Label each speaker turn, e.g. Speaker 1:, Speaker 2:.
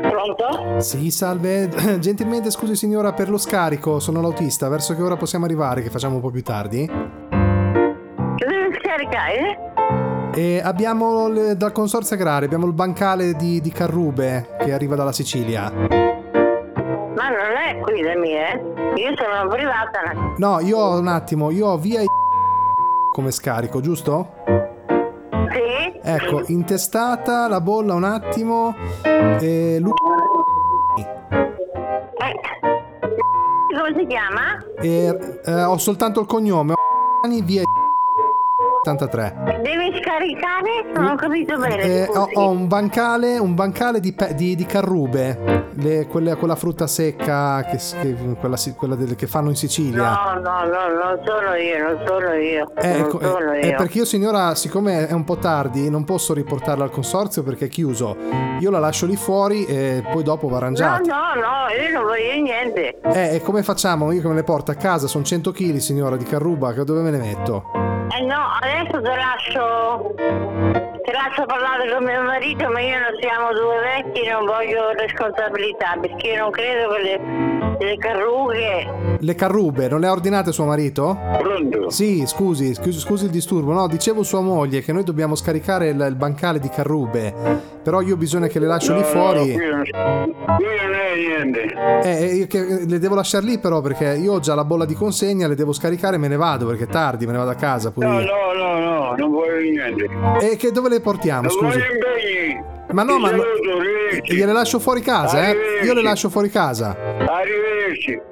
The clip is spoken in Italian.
Speaker 1: Pronto?
Speaker 2: Sì, salve. Gentilmente scusi signora per lo scarico, sono l'autista. Verso che ora possiamo arrivare? Che facciamo un po' più tardi?
Speaker 1: Che devi scaricare?
Speaker 2: E abbiamo il- dal consorzio agrario, abbiamo il bancale di, di Carrube che arriva dalla Sicilia.
Speaker 1: Ma non è qui da me, eh? Io sono privata.
Speaker 2: No, io ho un attimo, io ho via I- come scarico, giusto?
Speaker 1: Sì?
Speaker 2: Ecco, intestata la bolla un attimo. E lu-
Speaker 1: Eh, Come si chiama?
Speaker 2: e, eh, ho soltanto il cognome. Ho via I- 83.
Speaker 1: Devi scaricare? Non ho capito bene.
Speaker 2: Eh, ho,
Speaker 1: scusi.
Speaker 2: ho un bancale, un bancale di, pe- di- di carrube, le- quelle- quella frutta secca che, s- che- quella, si- quella del- che fanno in Sicilia.
Speaker 1: No, no, no, non sono io, non sono io.
Speaker 2: Eh,
Speaker 1: non
Speaker 2: ecco, eh,
Speaker 1: sono
Speaker 2: eh,
Speaker 1: io.
Speaker 2: perché io signora, siccome è un po' tardi, non posso riportarla al consorzio perché è chiuso. Io la lascio lì fuori e poi dopo va
Speaker 1: No,
Speaker 2: arrangiata.
Speaker 1: no, no, io non voglio niente.
Speaker 2: Eh, e come facciamo? Io che me le porto a casa, sono 100 kg signora di carruba, che dove me le metto?
Speaker 1: Eh no, adesso ti lascio. Ti lascio parlare con mio marito, ma io non siamo due vecchi, non voglio responsabilità, perché io non credo che le, le carrughe.
Speaker 2: Le carrube, non le ha ordinate suo marito?
Speaker 3: Pronto?
Speaker 2: Sì, scusi, scusi, scusi il disturbo. No, dicevo sua moglie che noi dobbiamo scaricare il, il bancale di carrube. Però io ho bisogno che le lascio lì
Speaker 3: No,
Speaker 2: fuori.
Speaker 3: qui non, qui non è niente.
Speaker 2: Eh, eh, io che- le devo lasciare lì però perché io ho già la bolla di consegna, le devo scaricare e me ne vado perché è tardi, me ne vado a casa pure
Speaker 3: No,
Speaker 2: io.
Speaker 3: no, no, no, non voglio niente. Non
Speaker 2: E che dove le portiamo, scusi?
Speaker 3: voglio impegni.
Speaker 2: Ma no,
Speaker 3: Ti
Speaker 2: ma-
Speaker 3: saluto, arrivederci.
Speaker 2: Gliele lascio fuori casa, eh? Io le
Speaker 3: Arrivederci.
Speaker 2: lascio fuori casa.
Speaker 3: Arrivederci.